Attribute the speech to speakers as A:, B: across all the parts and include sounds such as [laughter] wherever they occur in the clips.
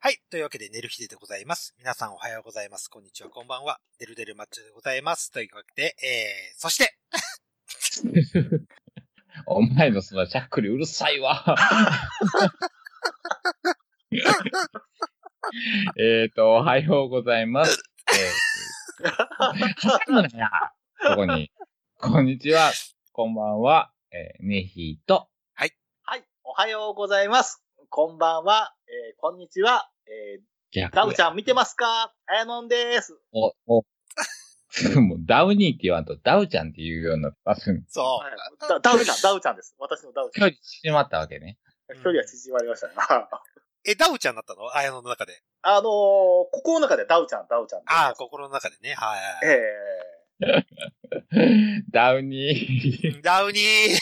A: はい。というわけで、寝る日ででございます。皆さんおはようございます。こんにちは、こんばんは。デルデルマッチョでございます。というわけで、えー、そして、
B: [laughs] お前のそのしゃっくりうるさいわ。 [laughs] えっと、おはようございます。えー、挟むなやここに。こんにちは。こんばんは。えー、ねひと。
C: はい、おはようございます。こんばんは、えー、こんにちは、え
B: 逆や
C: ー、ダウちゃん見てますかあやのんです。
B: お、お。 [laughs] もうダウニーって言わんとダウちゃんって言うようになってます。
A: そ
C: は
A: う。
C: い、ダダウちゃん、ダウちゃんです。私のダウちゃ
B: 距離縮まったわけね。
A: ん
C: ん。距離は縮まりましたね。 [laughs] あ
A: え、ダウちゃんだったのあやのの中で。
C: のー、ここの中でダウちゃん、ダウちゃんです。
A: ああ、心の中でね。はいはい
C: え
A: はい。
B: ダウニー。
A: ダウニー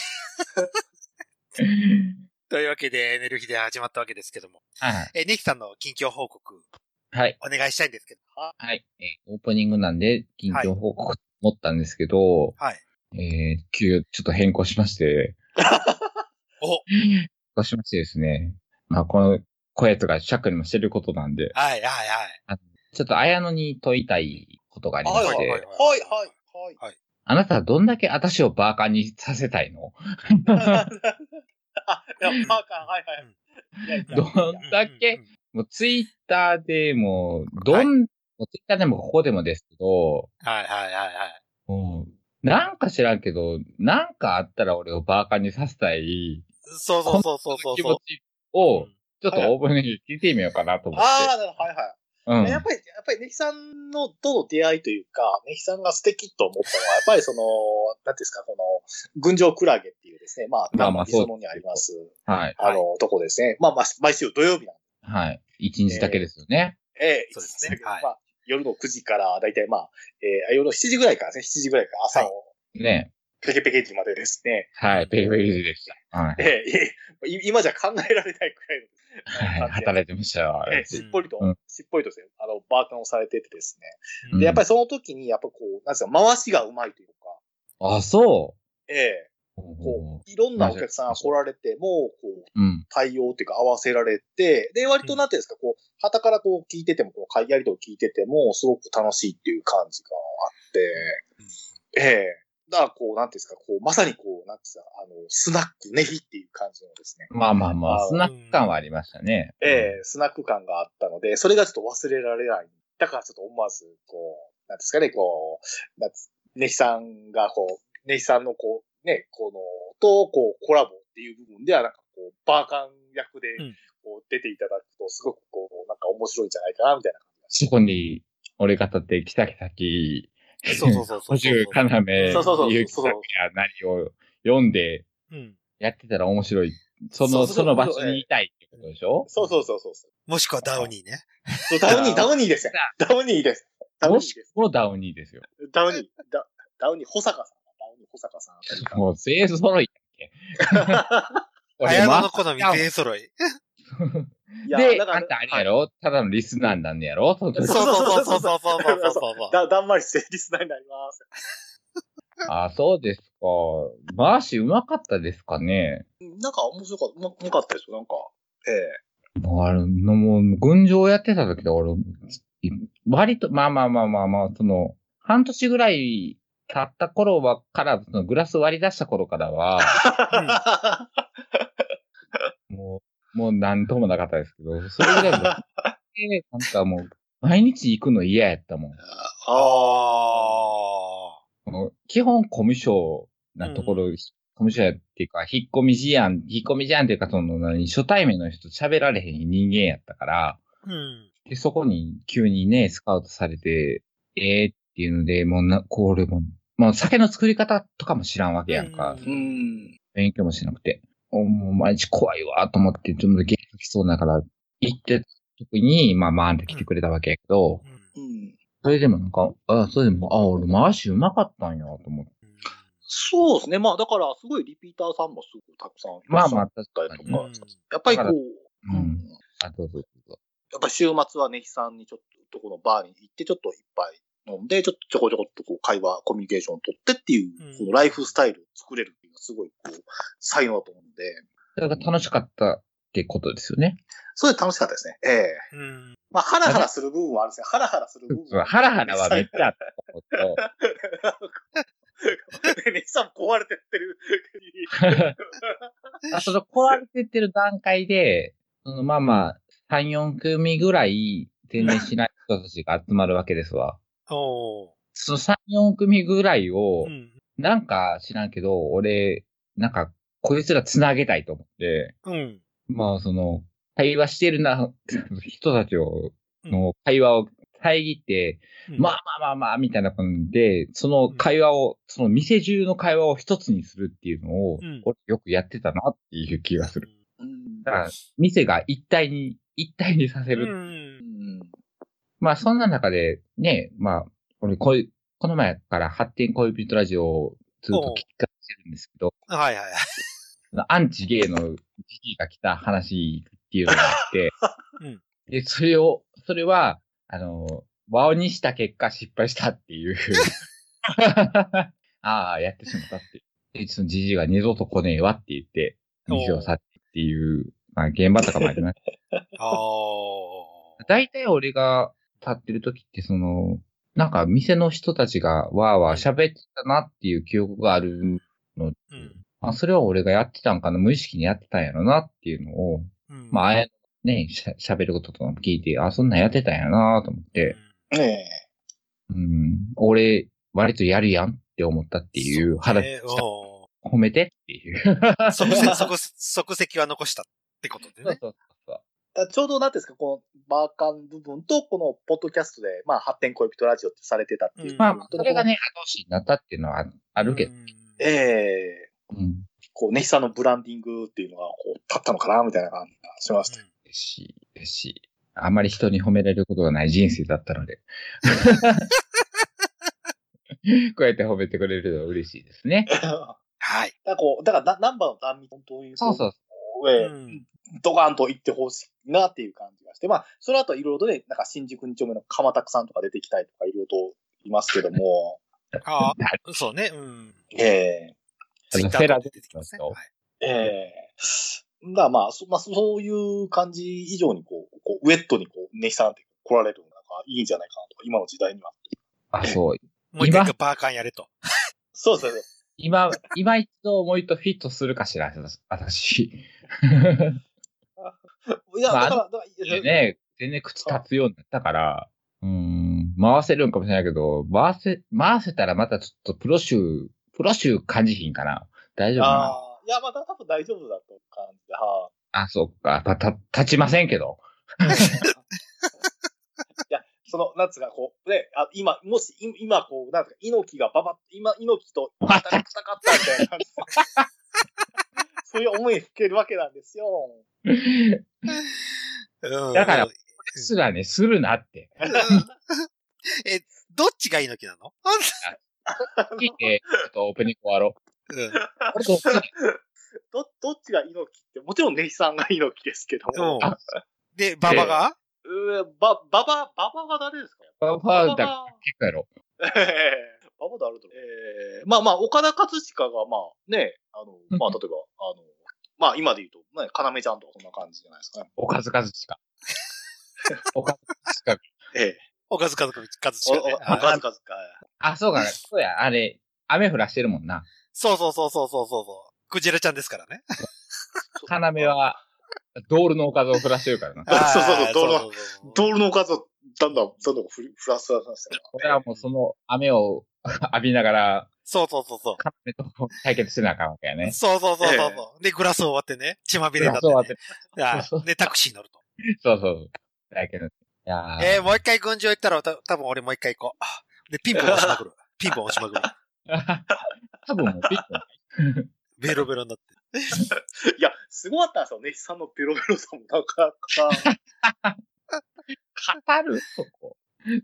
A: [laughs] というわけで、寝る日で始まったわけですけども。
B: はい
A: えー、ネヒさんの近況報告、
B: はい。
A: お願いしたいんですけど。
B: はい。えーオープニングなんで、近況報告と思ったんですけど、
A: はい。
B: えー、急、ちょっと変更しまして、
A: [laughs] お
B: 変更しましてですね、まあ、この声とかシャックにもしてることなんで、
A: はいはいはい。
B: ちょっと綾野に問いたいことがありま
A: はい
B: し
A: はいはい
B: て、
C: はい
B: あなたはどんだけ私をバーカにさせたいの
C: [laughs] あ、いや、パーカー、はいはい。いやいや
B: どんだ
A: う
B: け
A: ん、
B: もうツイッターでも、どん、もうツイッターでもここでもですけど、
A: はいはいはいはい。
B: もうなんか知らんけど、なんかあったら俺をバーカにさせたい
A: そうそうそうそうそう
B: 気
A: そう
B: 持。ちを、
A: うん
B: ちょっとオープニングに聞いてみようかなと思って。
C: ああ、なるほど、はいはい。
B: うん。
C: やっぱり、やっぱり、ネヒさんのとの出会いというか、ネヒさんが素敵と思ったのは、やっぱりその、なんていうんですか、この、群青クラゲっていうですね、まあ、
B: まあまあ
C: 理想のにあります、
B: はい。
A: そう
C: あの、とこですね。まあ、まあ毎週土曜日なん
B: はい。一日だけですよね。
C: で、ええ
A: そうですねはい
C: まあ、夜の9時から、だいたいまあ、えー夜の7時ぐらいからですね、7時ぐらいから朝の
B: ね。
C: ペケペケ時までですね、
B: はい。ペイペイでした。はい。
C: ええい [laughs] 今じゃ考えられないくらいの
B: はい。働いてましたよ。あ
C: え
B: れ
C: えしっぽりと、
B: うん
C: しっぽりとですね、あの、バーカンをされててですね。
A: うん
C: で、やっぱりその時に、やっぱこう、なんですか、回しがうまいというか、
B: あ、そ
C: ええ
B: う。
C: こう、いろんなお客さんが来られても、こう、
B: うん。
C: 対応っていうか合わせられて、で、割となんていうんですか、こう、旗からこう聞いてても、こう、会議やりと聞いてても、すごく楽しいっていう感じがあって、ええだから、こう、なんていうんですか、こう、まさにこう、なんていうんですか、あの、スナックねひっていう感じのですね、
B: まあまあま
C: あ
B: あ、
C: ー
B: スナック感はありましたね。
C: ええスナック感があったので、それがちょっと忘れられない。だからちょっと思わず、こう、なんですかね、こう、なんつねひさんが、こう、ねひさんの、こう、ね、この、と、こう、コラボっていう部分では、なんかこう、バーカン役で
A: うん、
C: こう、出ていただくと、すごくこう、なんか面白いんじゃないかな、みたいな。
B: そこに、俺が立って、キタキタキ、
A: そうそうそうそ
B: [laughs]
A: う。
B: 補充、要、
C: そうそうそう
B: ゆうきさんや何を読んで、
A: うん。
B: やってたら面白い。そ
C: そう
B: の、
C: そう
B: その場所にいたいってことでしょ
C: そうそうそうそう
B: [laughs]
C: そう
A: もしくはダウニーね。
C: そう。ダウニー、ダウニーですね。ダウニーです。ダウニ
B: も
C: ーで
B: し
C: す
B: く。はダウニーですよ。
C: ダウニー、ダダウニー、保坂さん。ダウニー、保坂さんあたりか
B: [laughs] もう、勢揃い。
C: [laughs] ら。
A: あやのの好み全員揃い。
C: い
B: で、
C: だか
B: あ
C: ら
B: んたあれやろ、ただのリスナーになんねやろその
A: そう
B: 時
A: そうそうそうそうそうそうそう。
C: だ、だんまりしてリスナーになります。
B: あ、そうですか。回しうまかったですかね。
C: なんか面白かった、うまうまかったですよ、なんか。え
B: もう、あれ、のもう、群青やってた時で俺、い割と、まあまあまあまあまあ、その、半年ぐらい経った頃は、から、そのグラス割り出した頃から
C: [laughs]
B: は、
C: え。
B: もう、もうなんともなかったですけど、それぐらいもう、
C: [laughs]
B: えーなんかもう、毎日行くの嫌やったもん。
A: あ
B: この基本コミュ障なところ、コミュ障やっていうか、引っ込み思案、引っ込み思案っていうか、その何、初対面の人と喋られへん人間やったから、
A: あ。うん。
B: で、そこに急にね、スカウトされて、ええっていうので、もうな、これも、まあ酒の作り方とかも知らんわけやんか、
A: うん
C: うん。
B: 勉強もしなくて、おもう毎日怖いわと思って、ちょっとゲームきそうだから、行ってた時に、まあまあ、あんた来てくれたわけやけど、
A: うん
C: うん。
B: それでもなんか、あ、それでも、あ、俺回しうまかったんや、と思って。
C: そうですね。まあ、だから、すごいリピーターさんもすごくたくさんい
B: ま
C: ら
B: あ
C: っし
B: ま
C: ゃ
B: あ
C: っ、
B: 確
C: た
B: か
C: りと
B: に
C: か。。やっぱりこう、
B: う。
C: うんん
B: あ、どうぞどうぞ。
C: やっぱ週末はねひさんにちょっと、このバーに行って、ちょっといっぱい飲んで、ちょっとちょこちょこっとこう会話、コミュニケーションを取ってっていう
A: うん、
C: このライフスタイルを作れるっていうのはすごい、こう、才能だと思うんで。
B: それが楽しかったってことですよね。
C: それ楽しかったですね。ええ
A: うん。
C: まあ、ハラハラする部分はあるんですね。ハラハラする部分は。
B: ハラハラはめっちゃあったこと
C: ネさん壊れてってる。
B: あその壊れてってる段階で、そのまあまあ、3、4組ぐらい全然しない人たちが集まるわけですわ。
A: おー。
B: その3、4組ぐらいを
A: う、ん。
B: なんか知らんけど、俺、なんか、こいつら繋げたいと思って、
A: うん。
B: まあその、会話してるな、 [laughs] 人たちを、の会話を遮って、まあまあまあまあ、みたいな感じで、その会話を、その店中の会話を一つにするっていうのを
A: うん、
B: 俺よくやってたなっていう気がする。
C: うん
B: だから、店が一体に、一体にさせ
A: う
B: る。
A: ん。
B: まあ、そんな中で、ね、まあ、俺、こういう、この前から発展恋人ラジオをずっと聞き返してるんですけど、
A: はいはいはい。
B: アンチゲイの時期が来た話っていうのがあって、
A: [laughs] うん
B: で、それを、それは、あの、和をにした結果失敗したって
A: [laughs]
B: いう。ああ、やってしまったっていう。で、そのじじいが二度と来ねえわって言って、店を去ってっていう、まあ、現場とかも
A: [laughs]
B: ありました
A: あ
B: 大体俺が立ってる時って、その、なんか店の人たちがわーわー喋ってたなっていう記憶がある。
A: ー。うん。
B: あ、それは俺がやってたんかな、無意識にやってたんやろなっていうのを、
A: うん
B: まあ、あや、ね、しゃ喋ることとかも聞いて、あ、そんなんやってたんやなと思って、
C: ね
B: うん、俺、割とやるやんって思ったっていう、腹、
A: えーお
B: 褒めてっていう。
A: ー即席、即席即席は残したってことで
B: そう
A: ね。
B: そうそう。
C: え。ちょうどなんていうんですか、このバーカン部分と、このポッドキャストで、まあ、発展恋人ラジオってされてたっていう。
A: うん
B: [laughs] まあまあ、それがね、後押しになったっていうのはああるけど、
A: うん。
C: ええ
B: うん、
C: こう、ネヒさんのブランディングっていうのが、こう、立ったのかな、みたいな感じがしました。
B: 嬉しい、嬉しい。あまり人に褒められることがない人生だったので。 [laughs] こうやって褒めてくれるのは嬉しいですね。
A: はい。
C: だからこう、だからな、ナンバーの断味、本当に、
B: そうそうう。
C: ええ
A: うん
C: ドカンと行ってほしいなっていう感じがして、まあ、その後いろいろとね、なんか新宿二丁目の鎌田さんとか出てきたりとかいろいろといますけども、
A: ああ、そうね。うん。
C: ええ
B: あの
A: Twitter
B: フェラ
A: で出てきますね。
B: そう
A: はい
C: ええだからまあ、そまあ、そそういう感じ以上にこう、こうウェットにこう、ネヒさんって来られるのがなんかいいんじゃないかなとか、今の時代には。
B: あ、そう。
A: もう一回
B: 今
A: バーカンやれと。
C: そうですね。
B: 今、今一度思いとフィットするかしら、私。
C: いや、
B: まあ
C: だから、だから、
B: ね、全然口立つようになったから、うん、回せるんかもしれないけど、回せ、回せたらまたちょっとプロ集、プロ集感じひんかな。大丈夫
C: あ
B: か
C: あ、いや、まあ、多分大丈夫だと感じで、は
B: なあ、そっか。た、た、立ちませんけど。
C: い。その、なんつうか、こう、ね、あ今、もし、い今、こう、なんつうか、猪木がばば、今、猪木と戦ったみたいな感じでそういう思い吹けるわけなんですよ。
A: うん
B: だから、すらね、するなって。
A: [laughs] え、どっちが猪木なの
B: 聞いて、ちょっとオープニング終わろ
A: うん。
B: う。これどっちだ
C: ど、どっちが猪木って、もちろんネヒさんが猪木ですけど
A: うん
C: も。
B: あ
A: で、馬場が
C: うーば、ばば、ばばは誰ですか
B: バファー
C: ば
B: だ、
C: ば
B: 結構やろ。
C: ええあ、まだあると思う。ええまあまあ、岡田和親が、まあね、あの、まあ例えば、あの、まあ今で言うと、ね、かなめちゃんとかそんな感じじゃないですかね。
B: おかずかずしか。おかずかずしか。
C: ええ。
A: おかずかずかかずし
C: お、
A: か
C: お、
A: ね
C: お
A: あ
C: かずかずか。
B: あ、そうか、そうや、あれ、雨降らしてるもんな。
A: そうそうそうそうそうそうそう。クジラちゃんですからね。
B: 要は、ドールのおかずを降らしてるからな。
C: あそうそうそう
A: あー
C: 道路
A: そうそうそう
C: ドールのおかずをだんだん、どんどんふり、ふらすらさせて
B: 俺はもうその雨を [laughs] 浴びながら、
A: そうそうそうそう。
B: カメと対決してなあかんわけやね。
A: そうそうそうそうそう。で、グラスを割ってね、血まみれになって、
B: そう
A: ね。
B: やって
A: あーで、タクシーに乗ると。
B: そうそう。だけど、いやー
A: えー、もう一回軍場行ったら、た多分俺もう一回行こう。で、ピンポン押しまくる。ピンポン押しまくる。
B: [laughs] 多分もうピッと
A: ベロベロになって。
C: いや、すごかったんですよね。ネヒさんのペロペロさもなかなか。
B: 語るそこ。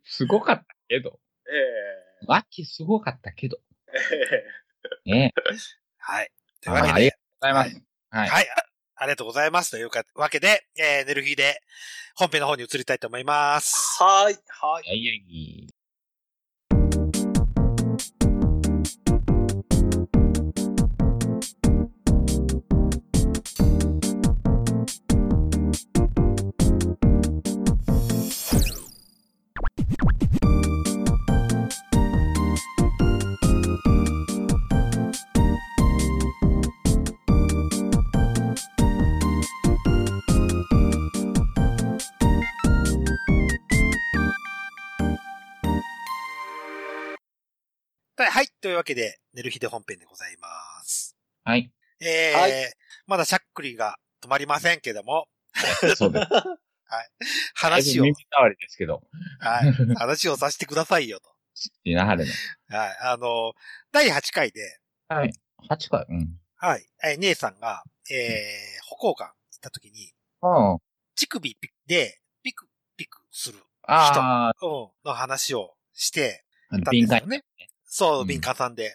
B: すごかったけど。
C: ええ
B: 脇すごかったけど。
C: ええ
B: ね
A: はい。というわ
B: あ
A: け
B: あり
A: で
B: が、とうございます。はい。
A: はい。あありがとうございます。というかわけで、えー、寝る日で本編の方に移りたいと思います。
C: はーい、はい。
B: いやいやいや
A: というわけで、寝る日で本編でございます。
B: はい。
A: えー
C: はい
A: まだしゃっくりが止まりませんけども、
B: そ
A: [laughs]
B: うです。
A: 話を
B: 耳、障りですけど。
A: はい、話をさせてくださいよ
B: いなはれの。
A: と。はい、あの、第8回で、
B: はい。8回。うん。
A: はい、えー姉さんが、えー、歩行館行った時に、
B: ああ。
A: 乳首ピでピクピクする、
B: あ
A: うん、の話をして
B: あ、
A: たんで
B: 敏
A: すよ
B: 感。
A: ね。そうう、
B: ん
A: 敏感さんで。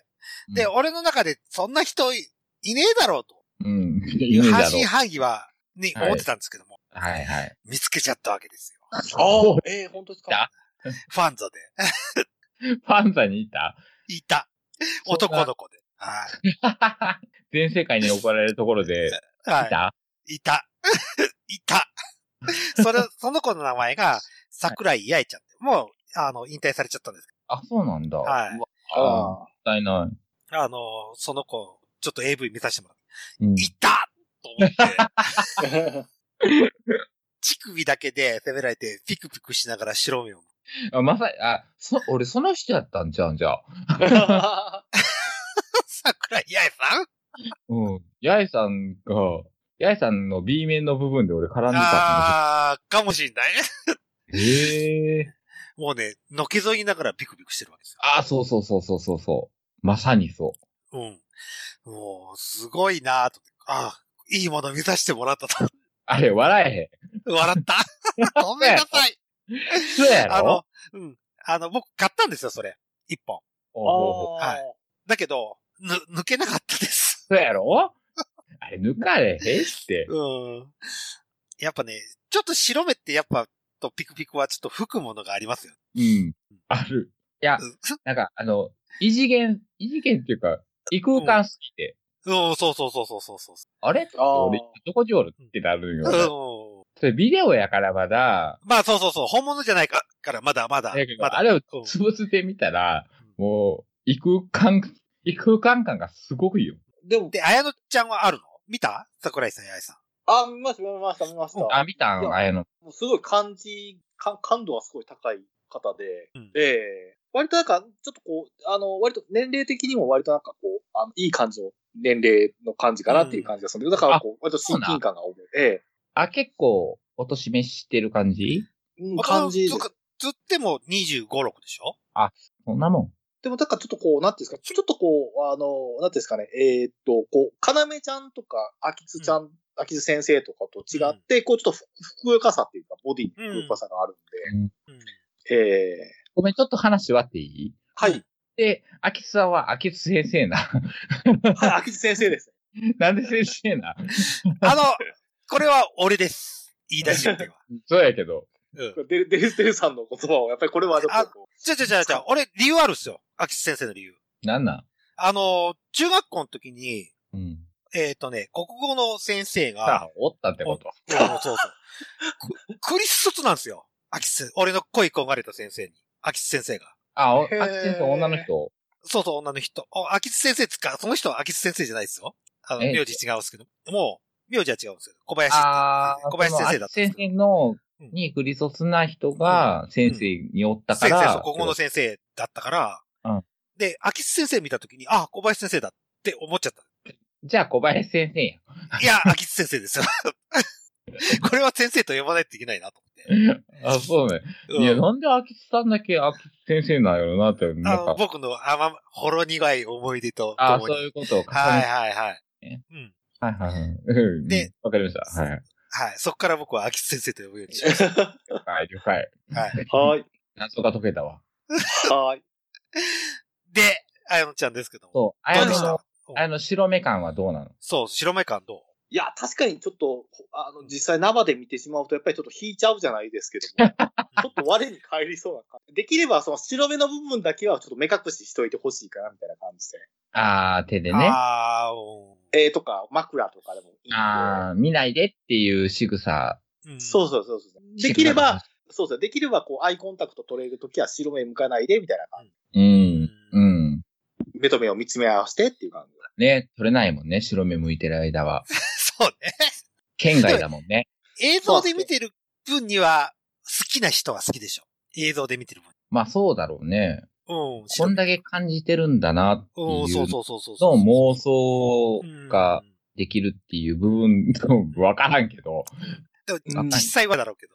B: うん
A: で、俺の中でそんな人いいねえだろうと。
B: うん。 [laughs]
A: い
B: いうい
A: 半
B: だろ
A: 信
B: う。
A: 半疑は、に
B: はい
A: 思ってたんですけども、
B: はいはい。
A: 見つけちゃったわけですよ。
B: そ
C: あ、ええ本当です
B: だ
C: か
A: ファンザで。
B: う。 [laughs] パンザにいた
A: いた。
B: そんな
A: 男の子で。は
B: 全世界に怒られるところ
A: い。
B: で、い
A: はい。
B: た
A: いた。いた。 [laughs] それ、その子の名前が、桜井八重ちゃんで。もう、あの、引退されちゃったんですけ
B: あ、そうなんだ。
A: はいう
B: わああ、もっ
C: ああ。
B: たいな
A: ど。あの、その子、ちょっと AV 見させてもらっ
B: い。うん
A: て。いたと思って、
B: [laughs]
C: え
A: 乳首だけで攻められて、ピクピクしながら白目を。
B: あまさに、あ、そ、俺その人やったんちゃうんじゃあ。
A: 桜井八重さん
B: うん。八重さんが、八重さんの B 面の部分で俺絡んでた
A: あー、かもしんない。 [laughs]
B: んですへえ。
A: もうね、のけぞりながらピクピクしてるわけですよ。
B: あ、そうそうそうそうそうそう。まさにそ
A: うん。もう、すごいなと。あーいいもの見させてもらったと。 [laughs]
B: う。あれ、笑え
A: 笑
B: [laughs]
A: った。ごめんなさい。
B: へん。そうやろ
A: あの、、うん。あの、僕買ったんですよ、それ。一本。
B: おうおうおう
A: はだけど、ぬ、抜けなかったです。 [laughs]
B: そうやろあれ、抜かれへんって。
A: うん。やっぱね、ちょっと白目ってやっぱ、とピクピクはちょっと吹くものがありますよ。
B: うん。ある。いや
A: う、ん
B: なんか、あの、異次元、異次元っていうか、異空間すぎて、
A: [laughs] うん、そうそうそうそうそうそう。
B: あれ
C: ああ
B: 俺、どこじおるってなるんよ。
A: うん。
B: それビデオやからまだ、
A: まあそうそうそう、本物じゃないかから、まだまだ
B: だけ。ど
A: まだ。
B: あれを
A: うん
B: 潰してみたら、もう、異空間、 [laughs] 異空間感がすごいよ。
C: でも、
A: で、綾乃ちゃんはあるの見た桜井さん、八重さん。
C: あ、見ました、見ました、見ました。
B: あ、見た
C: いや
B: んあやの。
C: もうすごい感じ、か感度がすごい高い方で、
A: うん
C: ええ割となんか、ちょっとこう、あの、割と年齢的にも割となんかこう、あのいい感じの年齢の感じかなっていう感じがするんだけど、だからこう、割と親近感が多い。え
B: あ、結構、おとしめしてる感じ
C: えうん感じです
A: つ。つっても25、6でしょ
B: そんなも
C: でも、だからちょっとこう、なんていうんですか、ちょっとこう、あの、なんていうんですかね、えーっと、こう、かなめちゃんとか、あきつちゃん、あきつ先生とかと違って、こう、ちょっとふふくよかさっていうか、ボディにふくよかさがあるん
B: ん。うん
A: うん。
C: で、ええ
B: ごめん、ちょっと話割っていい
C: はい、
B: で、秋津さんは秋津先生な。 [laughs]
C: はい、あきつ先生です。
B: なんで先生な
A: あの、これは俺です。言い出しよ [laughs] っては。
B: そうやけど。
A: うん。
C: [laughs] デル、デルステルさんの言葉を、やっぱりこれはちょっとこう
A: ちょちょちょちょ、俺理由あるっすよ。秋津先生の理由。
B: なんなん
A: あの、中学校の時に、
B: うん。
A: えっ、とね、国語の先生が、
B: さあ、おったってこと。
A: うんそうそう。くク [laughs] リス卒なんですよ。秋津先俺の恋焦がれた先生に。秋津先生が。
B: あ、お
C: へ
B: 秋
C: ー
B: 津先生、女の人。
A: そうそう、女の人。あ秋津先生つか、その人は秋津先生じゃないですよ。あの、
B: え
A: 名字違うんですけど。もう、名字は違うんですけど。小林って
B: ああ、
A: 小林先生だったんです
B: 先
A: け
B: 生
A: ど。
B: の、に、クリソスな人が、先生におったか
A: 先生、
B: ら。
A: そう、国語の先生だったから、
B: うん
A: で、秋津先生見たときに、あ、小林先生だって思っちゃった。
B: じゃあ、小林先生や。
A: いや、秋津先生ですよ。 [laughs] これは先生と呼ばないといけないなと思って。
B: あ、そうね。
A: うん
B: いや、なんで秋津さんだけ秋津先生なんやろなって、な
A: あ
B: ん
A: の
B: か、
A: 僕の甘、ほろ苦い思い出と
B: あ
A: と
B: あ、
A: も
B: そう
A: に。
B: いうことを重ねて
A: はいはいはい。うん。
B: はいはいはい。うん
A: で、
B: わかりました。はいはい。
A: はい。そこから僕は秋津先生と呼ぶようにしまし
B: [laughs] 了解、了解。
A: た。はい。
C: はい。
B: 謎が解けたわ。
C: はい。
A: で、あやのちゃんですけども。
B: そう。あ
A: ど
B: や
A: うで
B: の
A: した
B: の、あの、白目感はどうなの
A: そう、白目感どう
C: いや、確かにちょっと、あの、実際生で見てしまうと、やっぱりちょっと引いちゃうじゃないですけ [laughs] ども、ちょっと我に返りそうな感じ。できれば、その白目の部分だけはちょっと目隠ししといてほしいかな、みたいな感じ
B: ああ、手でね。
A: ああ、お
C: で。えー、とか、枕とかでもいいんで。
B: ああ、見ないでっていう仕草。
A: ーうん
C: そうそうそうそう。できれば、、そうですね。できれば、こう、アイコンタクト取れるときは白目向かないで、みたいな
B: う、
C: 感
A: うん
B: うん。
C: じ。目と目を見つめ合わせてっていう感じ。
B: ね、取れないもんね、白目向いてる間は。
A: [laughs] そうね。
B: 県外だもんね。
A: 映像で見てる分には、好きな人は好きでしょ。映像で見てる分。
B: まあそうだろうね。
A: うん。
B: こんだけ感じてるんだなっていう
A: うん、そう
B: の
A: そうそうそうそう。
B: 妄想
A: うん
B: ができるっていう部分とわからんけど。
A: でも実際はだろうけど。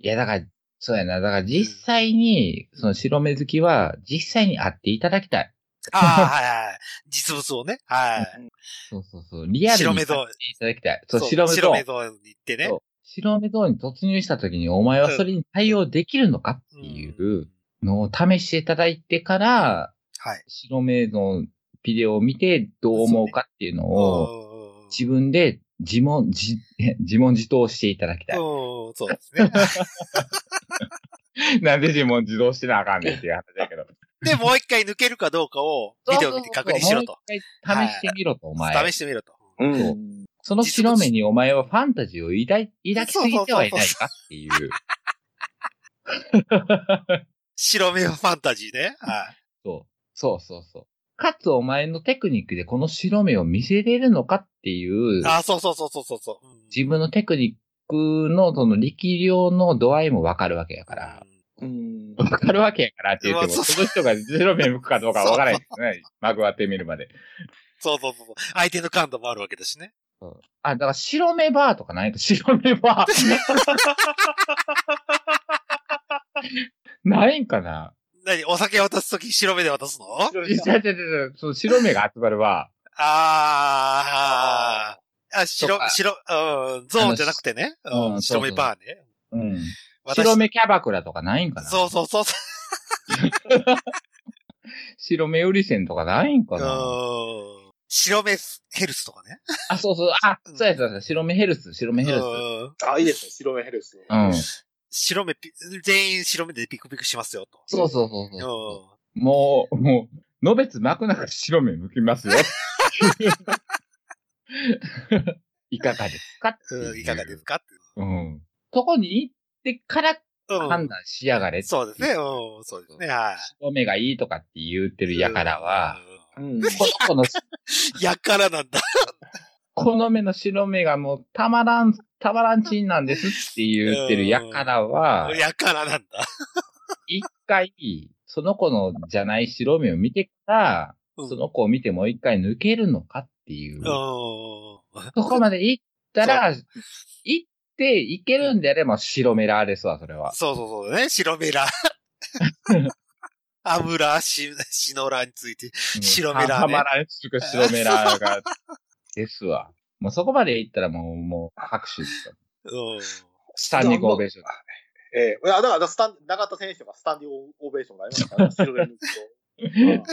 B: いや、だから、そうやな。だから実際に、その白目好きは実際に会っていただきたい。
A: ああ、はいはい。実物をね。はい。
B: そうそうそう。リアルに会っていただきたい。そう、白目
A: 白
B: 像。
A: 目像に行ってね。
B: そう白目像に突入した時にお前はそれに対応できるのかってい
A: うん
B: うのを試していただいてから、
A: はい。
B: 白目のビデオを見てどう思うかっていうのを
A: お
B: 自分で自問自、 [laughs] 自問自答していただきたい。
A: うん、そうです
B: [laughs]
A: ね。
B: なんで自問自答してなあかんねんっていう話だけど。
A: で、もう一回抜けるかどうかを [laughs] ビデオ見て確認しろと。
B: そうそうそう。もう一回試してみろと、お前
A: 試。してみろと。
C: うん
B: そうその白目にお前はファンタジーを抱い抱きすぎてはいないかっていう。
A: 白目ファンタジーね。はい。
B: そう。 [laughs] そうそうそう。かつお前のテクニックでこの白目を見せれるのかっていう、
A: あ、そうそうそうそうそうそう。うん
B: 自分のテクニックのその力量の度合いもわかるわけやから。。
C: うん。
B: わかるわけやからって言っ
A: う
B: て
A: わそ
B: も、
A: う
B: そ
A: そ
B: の人が白目向くかどうかわからないですね。まぐわってみるまで。
A: そうそうそうそう。相手の感度もあるわけだしね。
B: あ、だから白目バーとかないと白目バー。ないんかな
A: 何お酒渡すとき白目で渡すのあ
B: 違う違う違う。その白目が集まるバ
A: あー。あ、
B: と
A: 白、
B: か
A: 白、うん、ゾーンじゃなくてね。
B: あの
A: うん、
B: そうそう
A: 白目バーね。
B: ー。うん。
A: 私
B: 白目キャバクラとかないんかな
A: そうそうそうそ
B: 白目売り線とかないんか
A: う。
B: な
A: うん。白目ヘルスとかね。
B: あ、そうそう。あ、そうやそうや。白目ヘルス、白目ヘルス。
A: うん
C: あ、いいですね。白目ヘルス。
B: うん。
A: 白目ピ、全員白目でピクピクしますよ、と。
B: そうそうそう
A: うん。
B: そう。もう、もう、のべつまくなく白目向きますよ。いかがですかって
A: うん、
B: う
A: いかがですかっていう。
B: うん。そこに行ってから
A: う
B: 判
A: ん。
B: 断しやがれ。
A: そうですね。うん、そうですね。はい。
B: 白目がいいとかって言ってるやからは、
A: う。
C: うんん。
B: この子の、
A: [laughs] やからなんだ。
B: この目の白目がもうたまらん、たまらんちんなんですって言ってるやからは、
A: やからなんだ。
B: 一回、その子のじゃない白目を見てか
A: う
B: ら、
A: ん
B: その子を見てもう一回抜けるのかっていう。
A: うん。
B: そこまで行ったら、行って行けるんであれば白メラーですわ、それは。
A: そうそうそうだね。白メ
B: [laughs]
A: ラ。アムラ、シ、シノラについて。白メラーね
B: はまらんしく白メラーが、ですわ。もうそこまで行ったらもう、もう拍手ですよ。
A: うん。
B: スタンディングオベーション。
C: ええいや、だから、スタン、永田選手がスタンディングオベーションになりました
A: [laughs]
C: から、白目ヘルスと。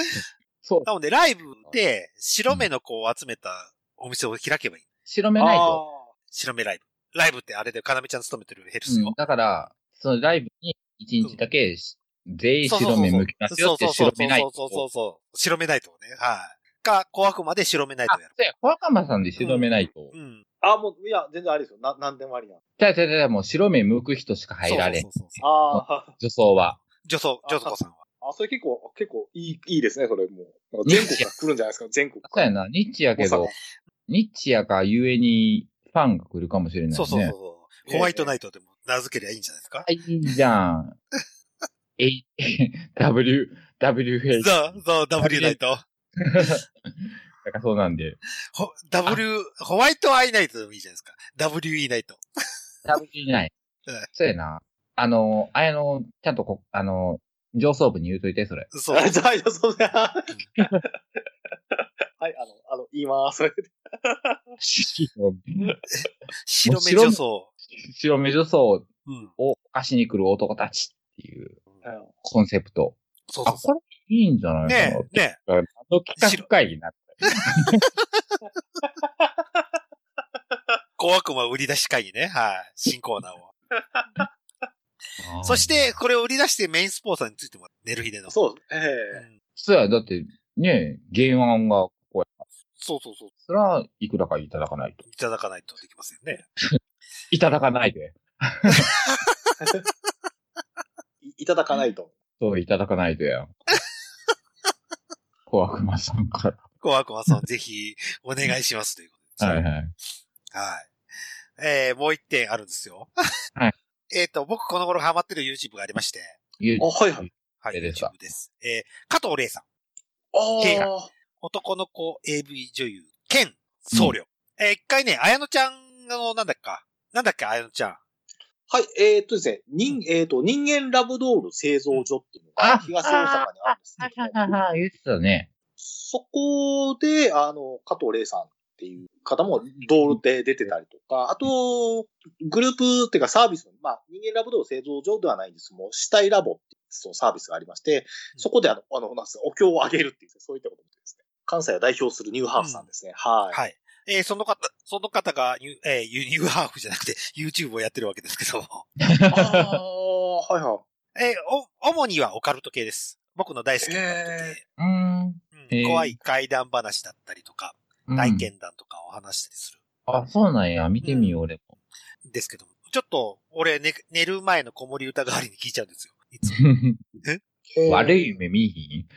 B: そう。
A: なので、ライブで白目の子を集めたお店を開けばいい。
B: 白目ないと。
A: 白目ライブ。ライブってあれで、かなめちゃん勤めてるヘルス
B: うん
A: よ。
B: だから、そのライブに一日だけ、全員白目向きますよって
A: そうそ
B: 白
A: う
B: 目ない
A: そう
B: と。
A: そうそうそう。白目ナイトをね。はい。か、紅白まで白目ナイ
B: あ、
A: ト
B: そ
A: をやる。
B: うや、小若間さんで白目ないと。
A: うん。
C: ああ、もう、いや、全然あれですよ。な、なんでもありなんで。
B: じゃあじゃあじゃあもう白目向く人しか入られん
A: そ。うそうそうそう
C: ああ、
B: 女装は。
A: 女装、女装子さんは。
C: あ、それ結構、結構いい、いいですね、それもう。なんか全国から来るんじゃないですか、全国
B: そう
C: から。
B: やな、ニッチやけ
C: 大
B: ど
C: 阪、
B: ニッチやかゆえにファンが来るかもしれないね。
A: そうそうそうそう。
C: ええ
A: ホワイトナイトでも名付けりゃいいんじゃないですか。
B: あいいじゃ
A: [laughs]
B: ん。え、W、WH。
A: ザ、ザ、W ナイト。
B: なんかそうなんで。
A: ほ W、ホワイトアイナイトでもいいじゃないですか。WE ナイト。
B: W ない
A: うん。
B: そうやな。あの、あやの、ちゃんとこ、あの、上層部に言うといて、
A: [laughs]
B: それ。
A: そう。
C: あじゃあ、いやそうだ。はい、あの、 [laughs] あの、言います。
A: 白目女装。
B: 白目女装
A: うん。
B: を犯しに来る男たちっていう
C: うん
B: コンセプト。
A: そう
B: あ、
A: そうそ
B: これいいんじゃな
A: う。
B: いか
A: ね
B: な。
A: え、ね
B: あの企画会議になっ
A: え。小悪魔売り出し会議ね。はい。新コーナーを。
B: た。
A: そして、、これを売り出してメインスポンサーについてもらう、寝る日での。
C: そう、え
A: う
C: え
A: ん
B: そうや、だって、ねえ、原案が、こうや
A: そうそうそう。
B: それはいくらかいただかないと。
A: いただかないとできませんね。
B: いただかないで。
C: いいただかないと。
B: そう、いただかないでよ。小悪魔さんか
A: 小悪魔さん、ぜひ、お願いしますということ
B: ら。
A: で
B: は
A: す。
B: いはい。
A: はい。えー、もう一点あるんですよ。
B: はい。
A: [laughs] えっと、僕この頃ハマってる YouTube がありまして、
B: ゆ
C: あはいはい
A: はい、
B: えですか
A: YouTube です。えー、加藤礼さん。K
C: あ
A: が
C: あ。
A: 男の子 AV 女優、兼僧侶。えー一回ね、綾乃ちゃんの、なんだっけか、なんだっけ、綾乃ちゃん。
C: はい、えーっとですね、人、えーっと、人間ラブドール製造所っていうのが
B: あ
C: 東大阪にあるんですけど、
B: ははは、言ってたね。
C: そこで、あの、加藤玲さんっていう方もドールで出てたりとか、あと、グループっていうかサービスの、まあ、人間ラブドール製造所ではないんですけども、死体ラボっていうそのサービスがありまして、そこであの、あの、なんですかお経をあげるっていう、そういったことですね。関西を代表するニューハーフさんですね。はい。
A: はい。えーその方、その方がニュ、えーユニューハーフじゃなくて、YouTube をやってるわけですけども。 [laughs]
C: あーはいはい。
A: えーお、主にはオカルト系です。僕の大好きなオカルト
B: うーん。
A: 系。
B: へー
A: うん、怖い怪談話だったりとか、
B: うん
A: 大剣談とかを話したりする。
B: あ、そうなんや。見てみよう、俺も。
A: ですけども。ちょっと、俺、ね、寝る前の子守歌代わりに聞いちゃうんですよ。い
B: [laughs]
A: つも
C: へー
B: 悪い。夢見いひん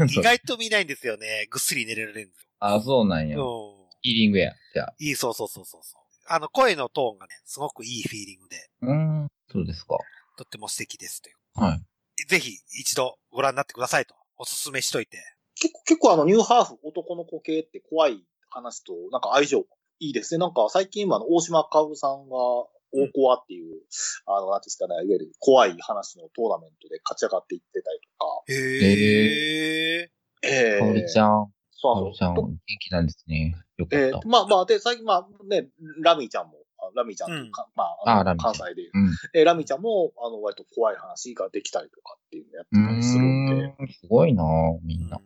A: うん意外と見ないんですよね。ぐっすり寝られるんです
B: あ、そうなんや。
A: よ。うん。
B: ヒーリングや。じゃあ。
A: いい、そうそうそうそうそう。あの、声のトーンがね、すごくいいフィーリングで、
B: うーん。そうですか。
A: とっても素敵ですという。
B: はい。
A: ぜひ、一度ご覧になってくださいと、おすすめしといて。
C: 結構、結構あの、ニューハーフ、男の子系って怖い話と、なんか愛情、いいですね。なんか最近今の大島かおるさんが、大コアっていう、あの、なんていうんですかね、いわゆる怖い話のトーナメントで勝ち上がっていってたり
A: へえ。
C: と
B: か
C: か。
B: お
C: ええ
B: りちゃん、か
C: そう
B: お
C: そう
B: りちゃん、元気なんですね。よかっ
C: え
B: た
C: ー。まあまあ、で、最近、まあね、ラミーちゃんも、あラミーちゃんというか、まあ、
B: あラミーちゃ
C: 関
B: ん
C: 西で、
B: うん。
C: えーラミーちゃんも、あの、割と怖い話ができたりとかっていうのやってたりするんで、うん
B: うーんすごいなみんな。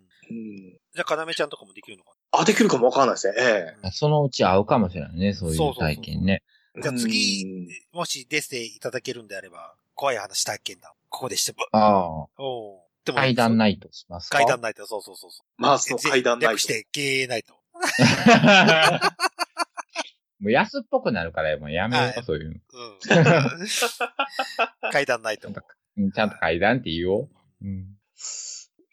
A: じゃあ、かなめちゃんとかもできるのか
C: あ、できるかもわかんないですね、え
A: な、
B: そのうち会うかもしれないね、そうい
A: そうそうそ
B: う
A: う
B: 体験ね。
C: え
A: じゃあ次
C: うん
A: もし出ていただけるんであれば、怖い話体験談、ここでしても。
B: あ
A: おうで
B: あ、
A: も
B: 階段
A: い。
B: ナイトしますか
A: 階段ないと、そうそうそうそう。
C: まあ、その階段ない
A: 略して、経営ないと。
B: [laughs] もう安っぽくなるから、もうやめよ、
A: はいう
B: そういう [laughs]
A: うん。階段ないと。
B: の。ちゃんと階段って言おう。うん。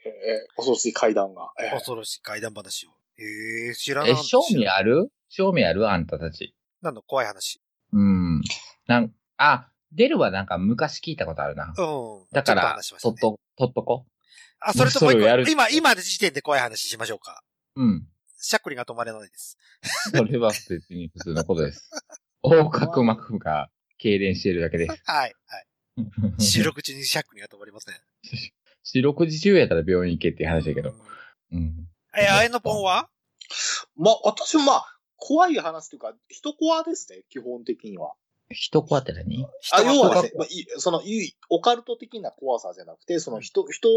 C: ええ恐ろしい階段が。ええ
A: 恐ろしい怪談話を。へえ、知らな
B: え、
A: い。
B: 興味ある興味あるあんたたち。
A: なんの怖い話。
B: うん。なん、あ、出るはなんか昔聞いたことあるな。
A: うん。ちょっ
B: だか
A: と
B: ら
A: 話しま、した
B: と
A: ね
B: っと、とっとこ。
A: あ、それともう一
B: もうそれをやる
A: 個、今、今の時点で怖い話しましょうか。
B: うん。
A: しゃっくりが止まれないです。
B: それは別に普通のこと
A: [laughs]
B: です。横隔膜が痙攣しているだけです。
A: はい、はい。収録中にしゃっくりが止まりません。
B: [laughs] 四六時中やったら病院行けっていう話だけ
A: う
B: ど
A: ん。。
B: うん。
A: え、あえのぽんは
C: まあ、私もまあ、怖い話というか、人怖ですね、基本的には。
B: 一コアって何
C: あ、
A: 人が
C: 要はね
B: 人、
C: まあ、いその、いオカルト的な怖さじゃなくて、その人、人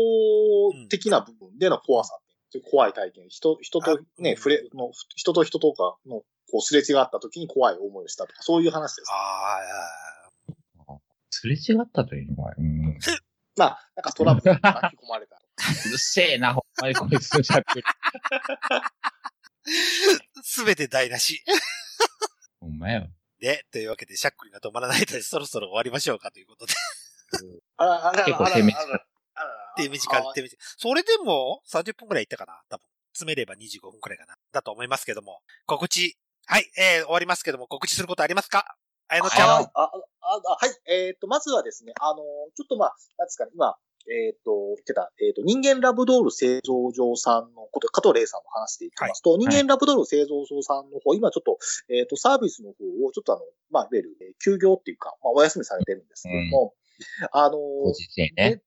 C: 的な部分での怖さっていう、怖い体験、人、人と
A: あ
C: ね、触れ、の、人と人とかの、こう、すれ違った時に怖い思いをしたとか、そういう話です。
A: あ
B: すれ違ったというのは、うん。うっ
C: まあ、なんかトラブルに巻き込まれた。
B: せえな、ほんまにこいつのしゃっく [laughs] り。
A: あ、すべて台無し。
B: ほんまやわ。
A: で、というわけで、しゃっくりが止まらないので、そろそろ終わりましょうかということで。
C: あら、あら、あら、
B: 結構
C: あら、あ
B: 手
C: ら
B: 短
C: あらあら。
A: 手短
C: あ
A: 手短。それでも、30分くらいいったかな多分。詰めれば25分くらいかな。だと思いますけども。告知。はい、えー、終わりますけども、告知することありますかあやのちゃん。
C: はい。あ、あ、あはい。えっ、と、まずはですね、あの、ちょっとまあ、なんですかね、今、えっ、と、言ってた、えっ、と、人間ラブドール製造所さんのこと、加藤玲さんの話でいきますと、人間ラブドール製造所さんの方、今ちょっと、えっ、と、サービスの方を、ちょっとあの、まあ、いわゆる、えー休業っていうか、まあ、お休みされてるんですけども、あの、
B: ご時世ね。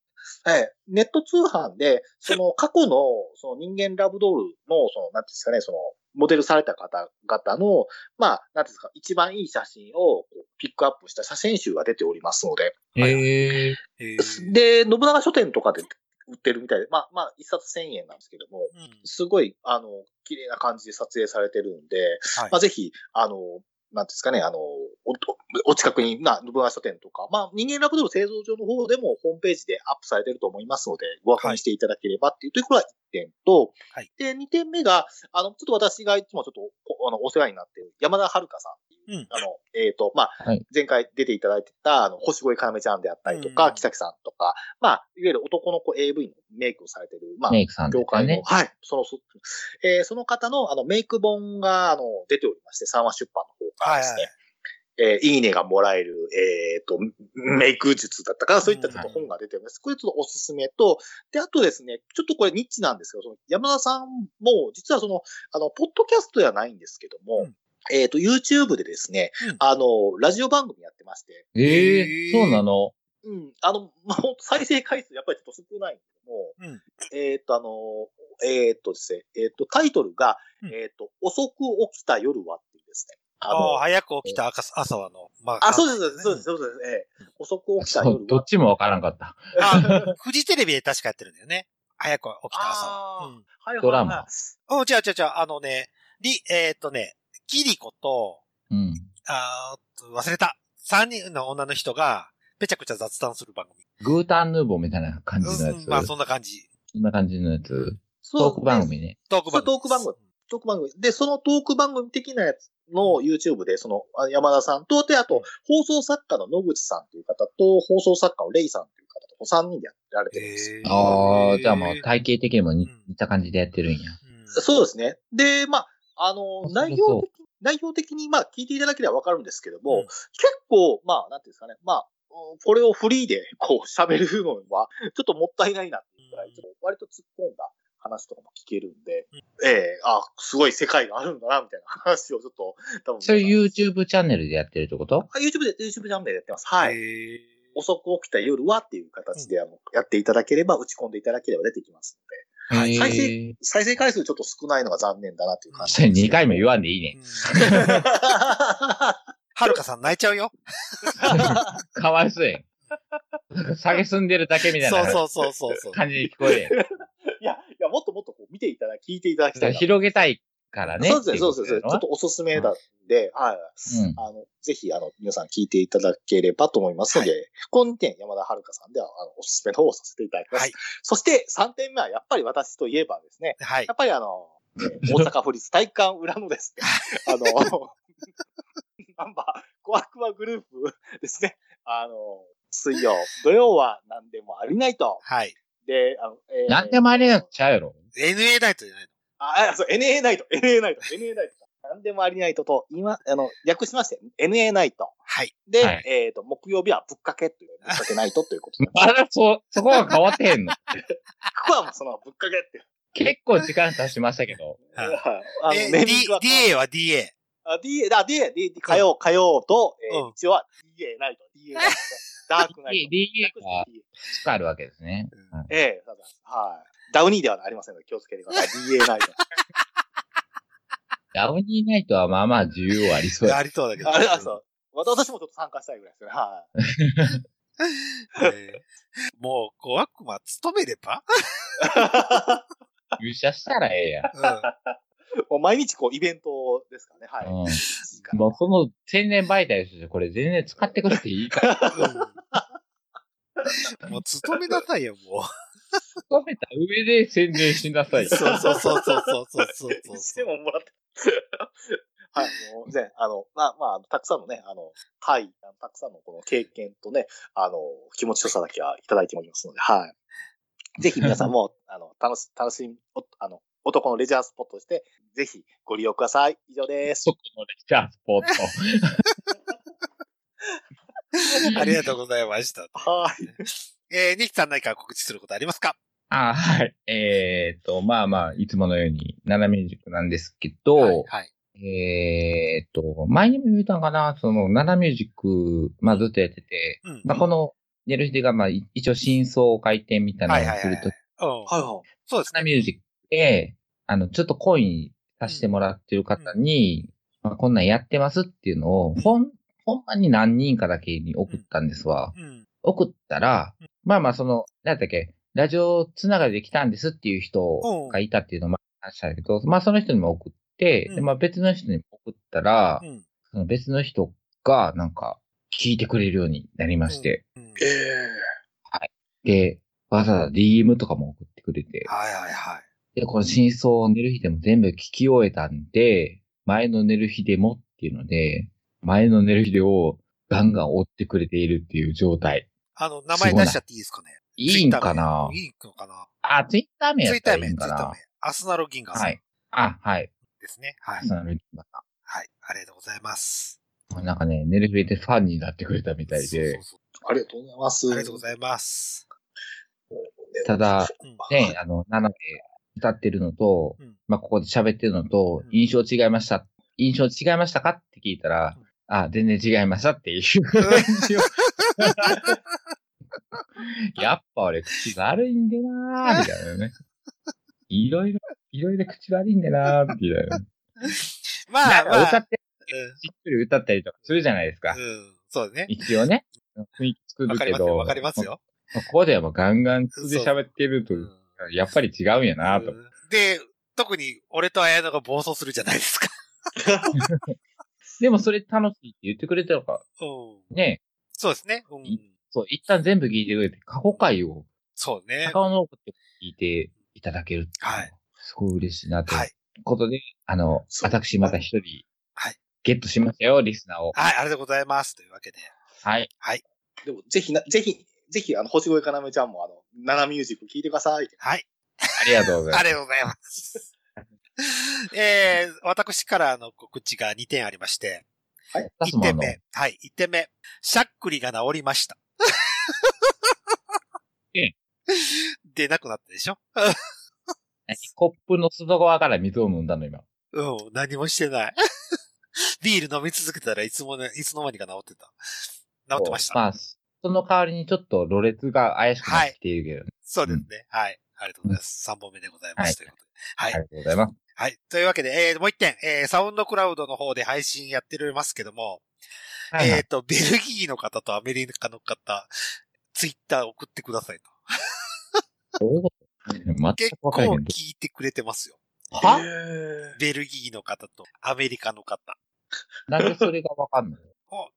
C: はい。ネット通販で、その過去の、その人間ラブドールの、その、なんていうんですかね、その、モデルされた方々の、まあ、なんていうんですか、一番いい写真をこうピックアップした写真集が出ておりますので、
B: へえ。
A: え
C: で、信長書店とかで売ってるみたいで、まあ、まあ、一冊千円なんですけども、
A: うん
C: すごい、あの、綺麗な感じで撮影されてるんで、
A: はい
C: まあ、ぜひ、あの、なんていうんですかね、あの、お、お近くに、な、信長書店とか、まあ、人間ラブドール製造所の方でもホームページでアップされてると思いますので、ご確認していただければっていうところが1点と、
A: はい
C: で、2点目が、あの、ちょっと私がいつもちょっとお、あの、お世話になっている山田遥さんっていう、
A: うん
C: あの、えっ、と、まあ、
B: はい
C: 前回出ていただいてた、あの、星越かなめちゃんであったりと
A: う
C: か、
A: ん
C: 木崎さんとか、まあ、いわゆる男の子 AV のメイクをされてる、まあ、
B: メイクさんと
C: 業
B: か
C: 界の、
B: ね。
C: はい、その、そえーその方の、あの、メイク本が、あの、出ておりまして、三話出版の方からですね。
A: はい
C: えーいいねがもらえる、えっ、と、メイク術だったから、そういったちょっと本が出てるんです。これちょっとおすすめと、で、あとですね、ちょっとこれニッチなんですけど、その山田さんも、実はその、あの、ポッドキャストではないんですけど
A: う
C: も、
A: ん
C: えっ、と、YouTube でですね、
A: うん
C: あの、ラジオ番組やってまして、
B: ええ
A: へー
B: そうなの
C: うん、あの、 [laughs] まあ、ほんと再生回数やっぱりちょっと少ないんですけども、
A: うん
C: えっ、と、あの、えっ、とですね、えっ、と、タイトルが、
A: うん
C: えっ、と、遅く起きた夜はっていうですね、あの、
A: ああ、早く起きた赤す朝はの、ま
C: あ、そうです、そうです、そうです、そうです、ええ。遅く起きた
B: そ
C: 夜
B: う、ど
C: [laughs]
B: っちもわからんかった。
A: あ、フジテレビで確かやってるんだよね。早く起きた朝は。
C: あ
A: う
C: ー
A: ん。
C: はいはいはい
B: ドラマ。
A: うん、違う違う違う、あのね、り、えーっとね、キリコと、
B: うん。
A: あー忘れた。三人の女の人が、ぺちゃくちゃ雑談する番組。
B: グータンヌーボーみたいな感じのや
A: うん、
B: つ。
A: まあそんな感じ。
B: そんな感じのやつ。
C: そ
B: ト
C: う
B: ーク番。組ね。
A: トーク番組。
C: そうトーク番組。トーク番組。で、そのトーク番組的なやつの YouTube で、そのあ山田さんと、で、あと、放送作家の野口さんという方と、放送作家のレイさんという方と、この3人でやられてるんですよ。
A: えー
B: ああ、じゃあもう体系的にも似
A: うん
B: 似た感じでやってるんや。
A: うん
C: そうですね。で、まあ、あの、
B: そう
C: 内容的、内容的に、まあ、聞いていただければわかるんですけども、
A: うん
C: 結構、まあ、なんていうんですかね、まあ、うんこれをフリーで、こう、 [laughs] 喋るのは、ちょっともったいないなっていうくらい、ちょっと割と突っ込んだ話とかも聞けるんで、
A: うん
C: ええあ、すごい世界があるんだな、みたいな話をちょっと、多分。
B: それ YouTube チャンネルでやってるってこと
C: あ YouTube で、YouTube チャンネルでやってます。はい。
A: えー
C: 遅く起きた夜はっていう形で、あの、やっていただければ、打ち込んでいただければ出てきますので、
A: はい
B: へー
C: 再生再生回数ちょっと少ないのが残念だなっていう感じ
B: それ2回も言わんでいい
A: [laughs] うん
B: ね。
A: はるかさん泣いちゃ [laughs] うよ。
B: かわいそうやん。下げすんでるだけみたい
A: そう
B: な
A: そうそうそうそう。
B: 感じに聞こ [laughs] える
C: [laughs] いや、いや、もっともっとこう見ていただき、聞いていただきた
B: や
C: い
B: ん。
C: な。
B: 広げたいからね。
C: そうですね、そうです
B: ってい
C: ね。
B: こ
C: ちょっとおすすめなんで、はい。
B: とやろ
C: あの、ぜひ、あの、皆さん聞いていただければと思いますので、この2点、山田遥さんでは、あの、おすすめの方をさせていただきます。
A: はい
C: そして、3点目は、やっぱり私といえばですね、 [laughs]
A: はい
C: や。っぱりあの、えー大阪府立体育館裏のですね、あの、 [laughs] ナンバー、小悪魔グループですね、あの、水曜、土曜は何でもありないと。
A: はい。
C: で、あの、え
B: うん。なんでもありなくちゃうやろ。
A: NA ナイトじゃない
C: あ、あそう、NA ナイト、NA ナイト、NA ナイト。何でもありナイトと、今、あの、略しまして、NA ナイト。
A: はい。
C: で、
B: はい
C: えっ、と、木曜日はぶっかけという、ぶっかけナイトという
B: [laughs]
C: ことで
B: あら、そ、そこは変わってへんの。
C: ここはもうその、ぶっかけっていう。
B: 結構時間経ちましたけ [laughs] ど。
C: あ
A: はい
C: の、
A: え
C: ネー
A: D
C: ミングは、
A: DA は DA。
C: あ D、あ、D、D、火曜、火曜と、え
A: うん
C: ー、一応は DA ナイト、DA
B: [laughs]
C: ナイト。ダークナイ
B: D-
C: ト。略
B: DA が
C: して DA
B: 使えるわけですね。
C: ええただ、はい。ダウニーではありませんので、気をつけてく
B: [laughs]
C: ださい。DA ナイト。
B: ダウニーナイトはまあまあ需要ありそうや。 [laughs]
A: ありそうだけど。
C: あれ、あ、そう。わた私もちょっと参加したいぐらいですね。はい。
A: えーもう、小悪魔勤めれば
B: 入社したらええやん。
A: う
C: もう毎日こう、イベントですからね。はい。
B: うん
A: [laughs]
B: [laughs]
C: 一時間
B: もうその宣伝媒体としてこれ全然使ってくれていいから。
A: ん。もう、勤めなさいよ、も
B: 勤めた上で宣伝しなさ [laughs]
A: う。
B: い。
A: そうそうそうそうそうそうそうそう
C: してももらって。はい、もう、ね、あの、まあ、まあ、たくさんのね、あの、はい、たくさんのこの経験とね、あの、気持ちよさだけはいただいておりますので、はい。ぜひ皆さんも、あの、楽し、 [laughs] 楽しみ、おあの、男のレジャースポットとして、ぜひご利用ください。以上です。
B: そこのレジャースポット。
A: ありがとうございました。
C: はい。
A: えー、ニキさん何か告知することありますか
B: あはい。えっ、と、まあまあ、いつものように斜め塾なんですけど、
A: はいはい。
B: えっ、と、前にも言ったんかな、その、ナナミュージック、まあずっとやってて、
A: うん。
B: まあこの、ネルヒデが、まあい一応真相回転みたいなのをするとき、
A: うん。
C: はいは
A: そうです
B: ナナ
A: ね。
B: ミュージックで、あの、ちょっとコイン足してもらってる方に、まあこんなんやってますっていうのを、ほん、ほんまに何人かだけに送ったんですわ。
A: うん。
B: 送ったら
A: うん、
B: まあまあその、なんだっけ、ラジオつながりで来たんですっていう人がいたっていうのもあしたけど、まあその人にも送って、
A: うん
B: でまあ別の人にも送ったら、
A: うん。
B: その別の人がなんか聞いてくれるようになりまして、
A: うん
C: ええ
B: で、わざわざ DM とかも送ってくれて、
A: はいはいはい。
B: で、この真相を寝る日でも全部聞き終えたんで、前の寝る日でもっていうので、前の寝る日でをガンガン追ってくれているっていう状態。
A: あの、名前出しちゃっていいですかね
B: いいんかな
A: Twitter 名いいのかな
B: あ、ツイッター名や
A: ツイ
B: っ
A: ッター
B: たら
A: 名、
B: い
A: ツイ
B: いん
A: ッタ
B: か
A: ー
B: な
A: 名。。アスナロギンガーさ
B: は
A: ん
B: い。あ、はい。
A: ですね。はい。
B: そのルーティンだった
A: はい。ありがとうございます。
B: なんかね、ネルフェでファンになってくれたみたい
A: そうそ
B: で
A: う、そ
C: ありがとうございます。
A: うありがとうございます。
B: ただ、
A: うん
B: ね、あの、7で歌ってるのと、
A: うん
B: まあ、ここで喋ってるのと
A: うん、
B: 印象違いました。印象違いましたかって聞いたら
A: うん、
B: あ、全然違いましたっ
A: [laughs]
B: ていうやっぱ俺口悪いんでなーみたいなね。いろいろ、いろいろ口悪いんでなーみたいな。
A: まあ、
B: な
A: [laughs]
B: ん
A: ま
B: か歌
A: あ、
B: って、しっとり歌ったりとかするじゃないですか
A: う。ん、うんそうだね。
B: 一応ね。雰囲気作
A: わ
B: る
A: かり
B: け
A: ますよ、
B: ど。
A: わかりますよ。
B: まあ。ここではもうガンガン素で喋ってると
A: う、ん
B: やっぱり違うんやなーと
A: う。んで、特に俺と綾野が暴走するじゃないですか。 [laughs]
B: でもそれ楽しいって言ってくれたのか、
A: うん
B: ね、
A: そうですね。うん
B: いそう、一旦全部聞いてくれて、過去回を、
A: そうね。
B: 高尾の奥って聞いていただける。
A: はい。
B: すごい嬉しいなと。
A: はい。
B: ことで、あの、
C: そう
B: 私また一人、
A: はい。
B: ゲットしましたよ、リスナーを。
A: はい、ありがとうございます。というわけで。
B: はい。
C: でも、ぜひな、ぜひ、ぜひ、あの、星越かなめちゃんも、あの、ナナミュージック聞いてください。
A: はい。
B: ありがとうござ
A: あ
B: い
A: りがとうございます。 [laughs] えー、私からの告知が2点ありまして。
B: ます。
A: 1点
B: の、
A: 目。はい、1点目。しゃっくりが治りました。
B: ええ
A: 出なくなった [laughs] でしょ [laughs]
B: コップの外側から水を飲んだの、今。
A: うん、何もしてない。 [laughs] ビール飲み続けたらいつもね、いつの間にか治ってた。治ってました。
B: まあ、その代わりにちょっと、ろれつが怪しくなってきているけど、ね
A: そうですね、はい。ありがとうございます。3本目でございます。
B: はい
A: ということで。はい。
B: ありがとうございます。
A: はい。というわけで、えー、もう一点、えー、サウンドクラウドの方で配信やっておりますけども、
B: はいは
A: えっ
B: い。
A: と、ベルギーの方とアメリカの方、ツイッター送ってくださいと。
B: どういうこと全
A: 結
B: く
A: 構
B: わかんない。
A: 聞いてくれてますよ。
B: は
C: え
A: ベルギーの方とアメリカの方。
B: なんでそれがわかんない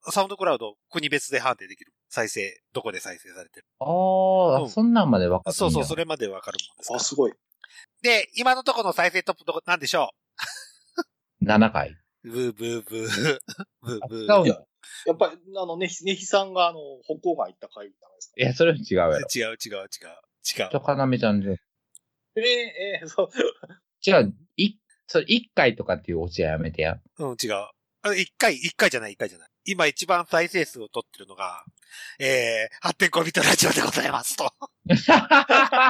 A: おサウンドクラウド、国別で判定できる。再生、どこで再生されてる。
B: ああ、
A: うん
B: そんなんまでわかんない。
A: そうそう、それまでわかるもんですか
C: あ、すごい。
A: で、今のところの再生トップどこ、なんでしょ
B: 7回。
A: うブーブーブー。ブー
B: あ
A: ブ
B: 違う
A: ー
B: ん。だ。
C: やっぱり、あの、ねひ、ねひさんが、あの、北欧館行った回じゃないですか。
B: いや、それは違うやろ。
A: 違う違う違う。違う
B: と。かなめちゃんで。
C: ええええそう。
B: じゃあ、い、それ一回とかっていうオチはやめ
A: [laughs]
B: てや。
A: うん、違う。あ一回、一回じゃない、一回じゃない。今一番再生数を取ってるのが、えー、発展コビトラジオでございますと。 [laughs]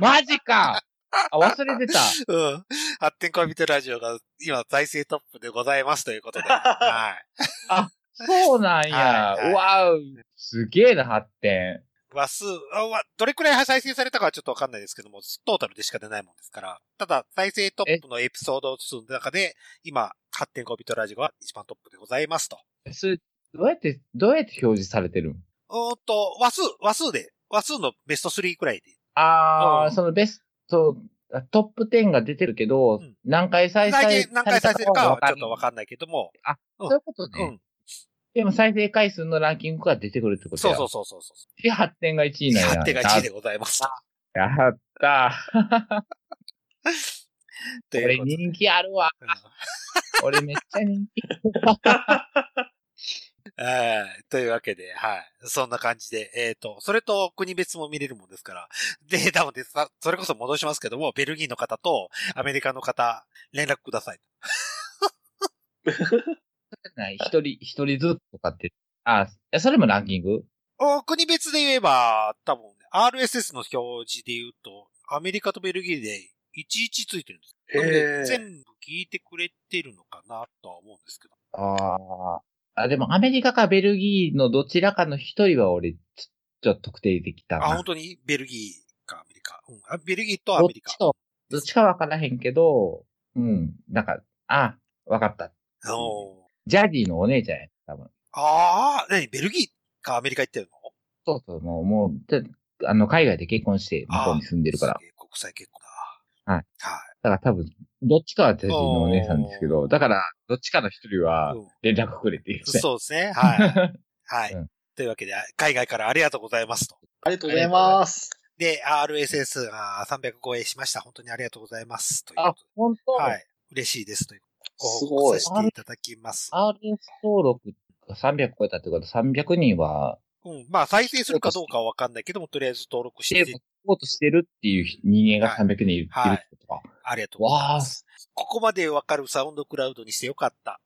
B: マジかあ、忘れてた。
A: うん。発展コビトラジオが今再生トップでございますということで。
B: [laughs]
A: は
B: そうなんや。
A: はいはい
B: わう。すげえな、発展。
A: い。話数、あわどれくらい再生されたかはちょっとわかんないですけども、トータルでしか出ないもんですから。ただ、再生トップのエピソード数の中で、今、発展コビトラジオが一番トップでございますと。
B: それ、どうやって、どうやって表示されてるん
A: うーんと、話数、話数で、話数のベスト3くらいで。
B: あ
A: う
B: ー、
A: ん
B: そのベスト、あトップ10が出てるけど、
A: うん
B: 何回再生
A: 来年何回再生かはちょっとわ
B: ん
A: かんないけども、
B: ない。そういうこと
A: う
B: ね。
A: ん。
B: でも再生回数のランキングが出てくるってこと
A: そう
B: や。
A: そう
B: そ。
A: そうそうそう
B: で、発展が1位
A: う。
B: なんや。
A: 勝手が1位でございます。
B: やったー。
A: という
B: 俺
A: ことで
B: 人気あるわ。俺めっちゃ人気。
A: うんはいというわけで、はい。そんな感じで、えっ、と、それと国別も見れるもんですから。 [laughs] で、なのでさ、それこそ戻しますけども、ベルギーの方とアメリカの方、連絡ください。
B: ない一人、一人ずつとかって。あ、いやそれもランキング
A: お国別で言えば、多分、RSS の表示で言うと、アメリカとベルギーで11ついてるんです。なので
C: へー
A: 全部聞いてくれてるのかなとは思うんですけど。
B: ああ。あ、でもアメリカかベルギーのどちらかの一人は俺、ちょちょっと特定できた
A: あ、
B: な
A: 本。当にベルギーかアメリカ。うん。あベルギーとアメリカ。
B: どっちとどっちかわからへんけど、うん。なんか、あ、わかった。
A: おー
B: ジャディのお姉ちゃんや、多分。
A: ああ、何ベルギーかアメリカ行ってるの
B: そうそう、もう、もう、てあの、海外で結婚して、向こうに住んでるから
A: す。げえ国際結婚だ。
B: はい。
A: は
B: だから多分、どっちかはジャディのお姉さんですけ
A: お
B: ど、
A: ー
B: だから、どっちかの一人はい
A: うん。
B: 連絡くれって言って。
A: そうですね。
B: [laughs]
A: はい。はい。
B: うん
A: というわけで、海外からありがとうございますと。
C: ありがとうございます。
A: で、RSS が300超えしました。本当にありがとうございます。という
B: あ
A: こ、
B: 本当
A: とで。はい。嬉しいです。という。ご
C: す
A: 報
C: ご
A: 告
C: い
A: させていただきます。
B: RS 登録が300超えたってことは300人は、
A: うん。まあ、再生するかどうかはわかんないけども、とりあえず登録し
B: で、
A: て
B: サ、ポートしてるっていう人間が300人いる,、
A: はい
B: い、るってことか。
A: ありがとうござい
B: わ
A: ま
B: あ、
A: す。ここまでわかるサウンドクラウドにしてよかった。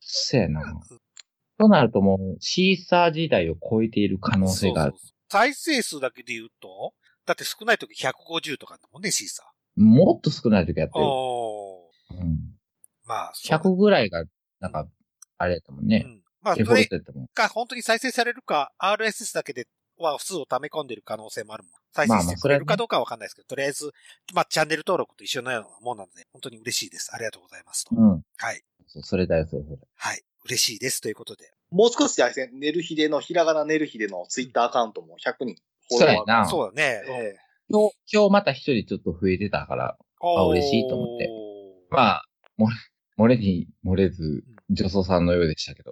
B: そうやな。となるともう、シーサー時代を超えている可能性がある。
A: そうそうそう再生数だけで言うと、だって少ない時150とかだもんね、シーサ
B: もっと少ない時やって
A: ー。
B: る。
A: おー。
B: うん、
A: まあ、そうだ
B: 100ぐらいが、なんか、あれだもん
A: う
B: ね。
A: ん。まあ、
B: デ
A: そ
B: フォ
A: れ
B: ルトだったもん。
A: が本当に再生されるか、RSS だけでは数を溜め込んでる可能性もあるもん。再生してくれるかどうかはわかんないですけど、とりあえず、まあ、チャンネル登録と一緒のようなもんなんで、本当に嬉しいです。ありがとうございますと。
B: うん。
A: はい。
B: そう、それだよ、それ、それ。
A: はい。嬉しいです。ということで。
C: もう少しであれですね、ねるひでの、ひらがなねるひでのツイッターアカウントも100人フ
B: そ
C: ォ
B: う
C: ロ
B: や
C: ワーが。
B: な。
A: そうだね。うん
C: ええ
B: 今日、今日また一人ちょっと増えてたから、あ嬉しいと思って
A: て。
B: まあ、漏れ、漏れに漏れず、女装さんのようでしたけど。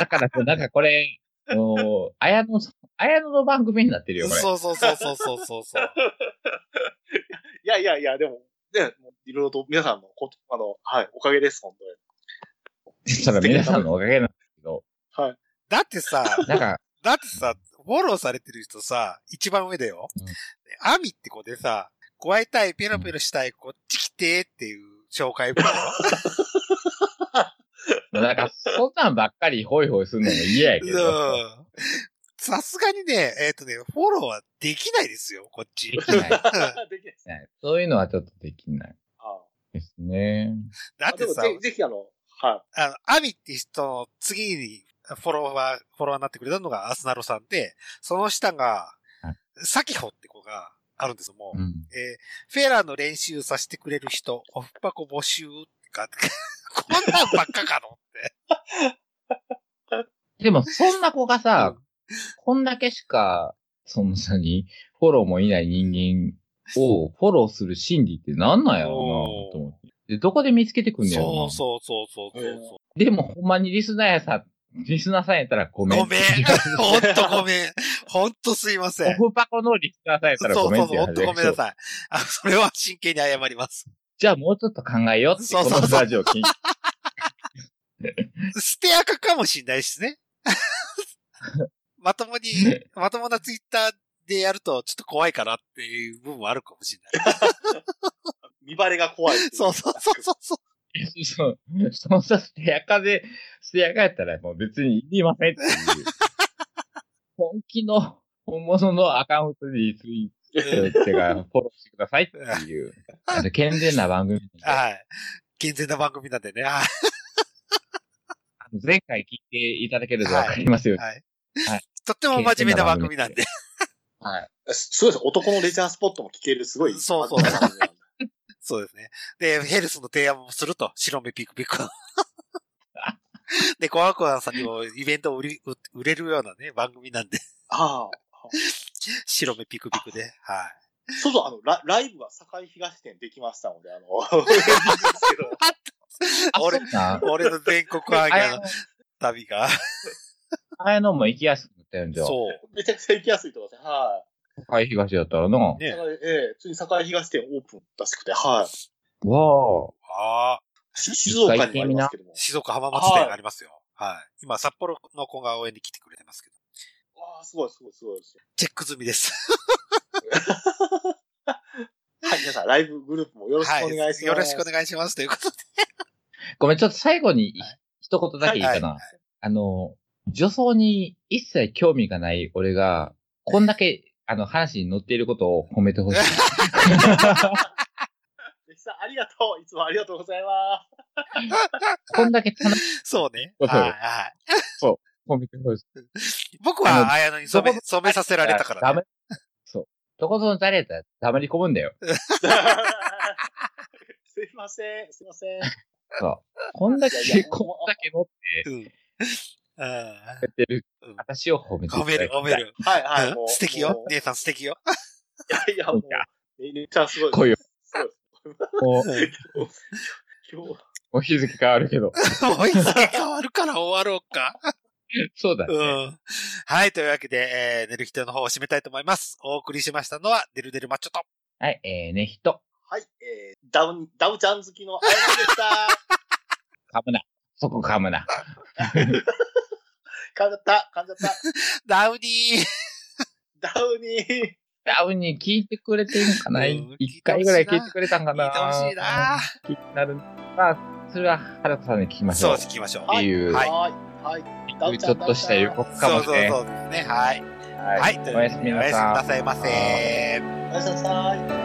B: だから、なんかこれ、もう、綾野さん、綾野の番組になってるよ、これ。
A: そうそうそうそうそうそうそう。
C: いやいやいや、でも、ね、もういろいろと皆さんのこと、あの、はい、おかげです、本
B: それは皆さんのおかげなんですけど、
C: 当に。はい。
A: だって
B: [laughs]
A: さ、
B: なんか、
A: だってさ、フォローされてる人さ、一番上だよ。
B: うん
A: アミって子でさ、加えたい、ペロペロしたい、こっち来てっていう紹介文だよ。
B: なんか、そんなんばっかりホイホイするのも嫌やけど、
A: うんさすがにね、えっ、とね、フォローはできないですよ、こっち。
B: で
A: [laughs]
B: きない。
C: できないです
B: そういうのはちょっとできない
C: あ
B: ですね。
A: だ
C: あ
A: っ
C: で
A: て
C: も
A: さ、
C: ぜ、ぜひあの、は
A: あの、アミって人の次にフォロワー、フォロワーになってくれたのがアスナロさんで、その下が
B: はい、
A: サキホって子があるんですもん。
B: うん。
A: えーフェラーの練習させてくれる人、オフパコ募集ってか、 [laughs] こんなんばっかかのって。
B: でも、そんな子がさ、こんだけしか、そんなに、フォローもいない人間をフォローする心理って何なんやろうな、と思って。で、どこで見つけてくんねやろ
A: そう
B: な。
A: そうそうそうそうそう。
B: でも、ほんまにリスナーやさ、リスナーさんやったらごめん。
A: ごめん。ほんとごめん。ほんとすいません。
B: オフパコのリスナーさんやったら
A: そ
B: ご
A: う
B: めん
A: そうそ
B: って
A: う、
B: 言
A: ほ
B: わ
A: んと
B: れ
A: ごめんなさい。あ、それは真剣に謝ります。
B: じゃあもうちょっと考えようって、
A: そう
B: こ
A: そうそう
B: のラジオ聞いて。
A: 捨てアカかもしんないしね。 [laughs] まとも [laughs] に、まともなツイッターでやるとちょっと怖いかなっていう部分もあるかもしれない。
C: い。見バレが怖いってい。
A: そうそうそうそうそう。
B: そう。そのさ、捨てやかで、捨てやかやったらもう別にいりませんっ
A: [laughs]
B: ていう。本気の、本物のアカウントでリツイ
A: [laughs]
B: ートってか、フォローしてくださいっていう。 [laughs] あの健全な番組なんで。
A: はい。健全な番組なんでね。はい。
B: あの前回聞いていただけるとわかりますように。
A: はい
B: はい
A: とっても真面目な番組なんで。
B: はい。
C: すすごいです。男のレジャースポットも聞ける、すごい。
A: そうそう
C: あの
A: [laughs] そうですね。で、ヘルスの提案もすると、白目ピクピ [laughs] ク。で、コアコアさんにもイベントを売り売売れるようなね、番組なんで、
C: ああ。
A: [laughs] 白目ピクピクで。はい。
C: そうそう、あの、ラライブは堺東店できましたので、あの、 [laughs] ですけど
A: 俺、
B: あ
A: 俺の全国アイ
B: や
A: の旅が。
B: あやのも行きやすくなったやんじゃあ。
A: そ
C: めちゃくちゃ行きやすいとこですね。は
B: 堺東やったらな。
A: う。
C: い。
A: ね。
C: 堺ええついに堺東店オープンらしくて、はい。
B: わあ。
A: ああ。
C: し静岡にもありますけども。
A: 静岡浜松店がありますよ。はい。今、札幌の子が応援に来てくれてますけど。
C: わあ、すごい、すごい、すごいです。
A: チェック済みです。
C: はい、皆さん、ライブグループもよろしくお願いします。
A: はよろしくお願いします。ということで。 [laughs]
B: ごめん、ちょっと最後に
A: は
B: 一言だけいいかな。
A: はい
B: あの、女装に一切興味がない俺が、こんだけ、あの、話に乗っていることを褒めて [laughs] ほしい。
C: いします。ありがとう。いつもありがとうございます。
B: こんだけ楽し
A: そうね。
B: そう
A: は
B: そ
A: いうはい。
B: い褒めて [laughs] ほしい。
A: 僕
B: あ
A: は、
B: の
A: 綾野に染め、
B: ど
A: 染めさせられたからね。
B: ダメ。そう。どこぞの誰だったら黙り込むんだよ。
A: [laughs]
C: すいません、すいません。
B: そう。こんだけ
C: いやい、や
B: こんだけ乗っ
A: うん。
C: [laughs]
A: あ
B: てってる
A: うん、
B: 私を褒めて
A: ー褒める、褒め。る。
C: はい、はい、
A: う
C: も
A: ん
C: う。
A: 素敵
C: も
A: よ。
C: う
A: 姉さん素敵よ。
C: いやいや、もう。めっちゃすごい。
B: 来いよ。
C: すごい
B: も
A: うん [laughs]
C: 今日は
B: う、もう日付変わるけど。 [laughs]
A: もう日付変わるから終わろうか。
B: そうだね。
A: うん。はい。というわけで、えー、寝る人の方を締めたいと思います。お送りしましたのは、デルデルマッチョと。
B: はい、えー、ね、人、
C: はい、えー、ダウン、ダウちゃん好きのあやなでした。
B: 噛むな。そこ噛むな。
C: 噛んじゃった、噛んじゃっ
A: ダウニー
C: た。ダウにー。
B: ダウに聞いてくれてるのかな
A: うん
B: 一、回ぐらい聞いてくれたんかな
A: 聞いてほしいな
B: うん気になる。まあ、それは原田さんに聞きまし
A: そう
B: ょう。
A: です、聞きましょう。
B: っ
C: は
B: て
C: い。
B: いう、
C: はい。はい。
B: いうちょっとした予告かもし
A: そう
B: れ
A: そ
B: ん
A: う。そうですね。はい。
B: は。
A: はいい。という
B: おやすみなさい
A: おやすみなさいませ。
C: おやすみなさい。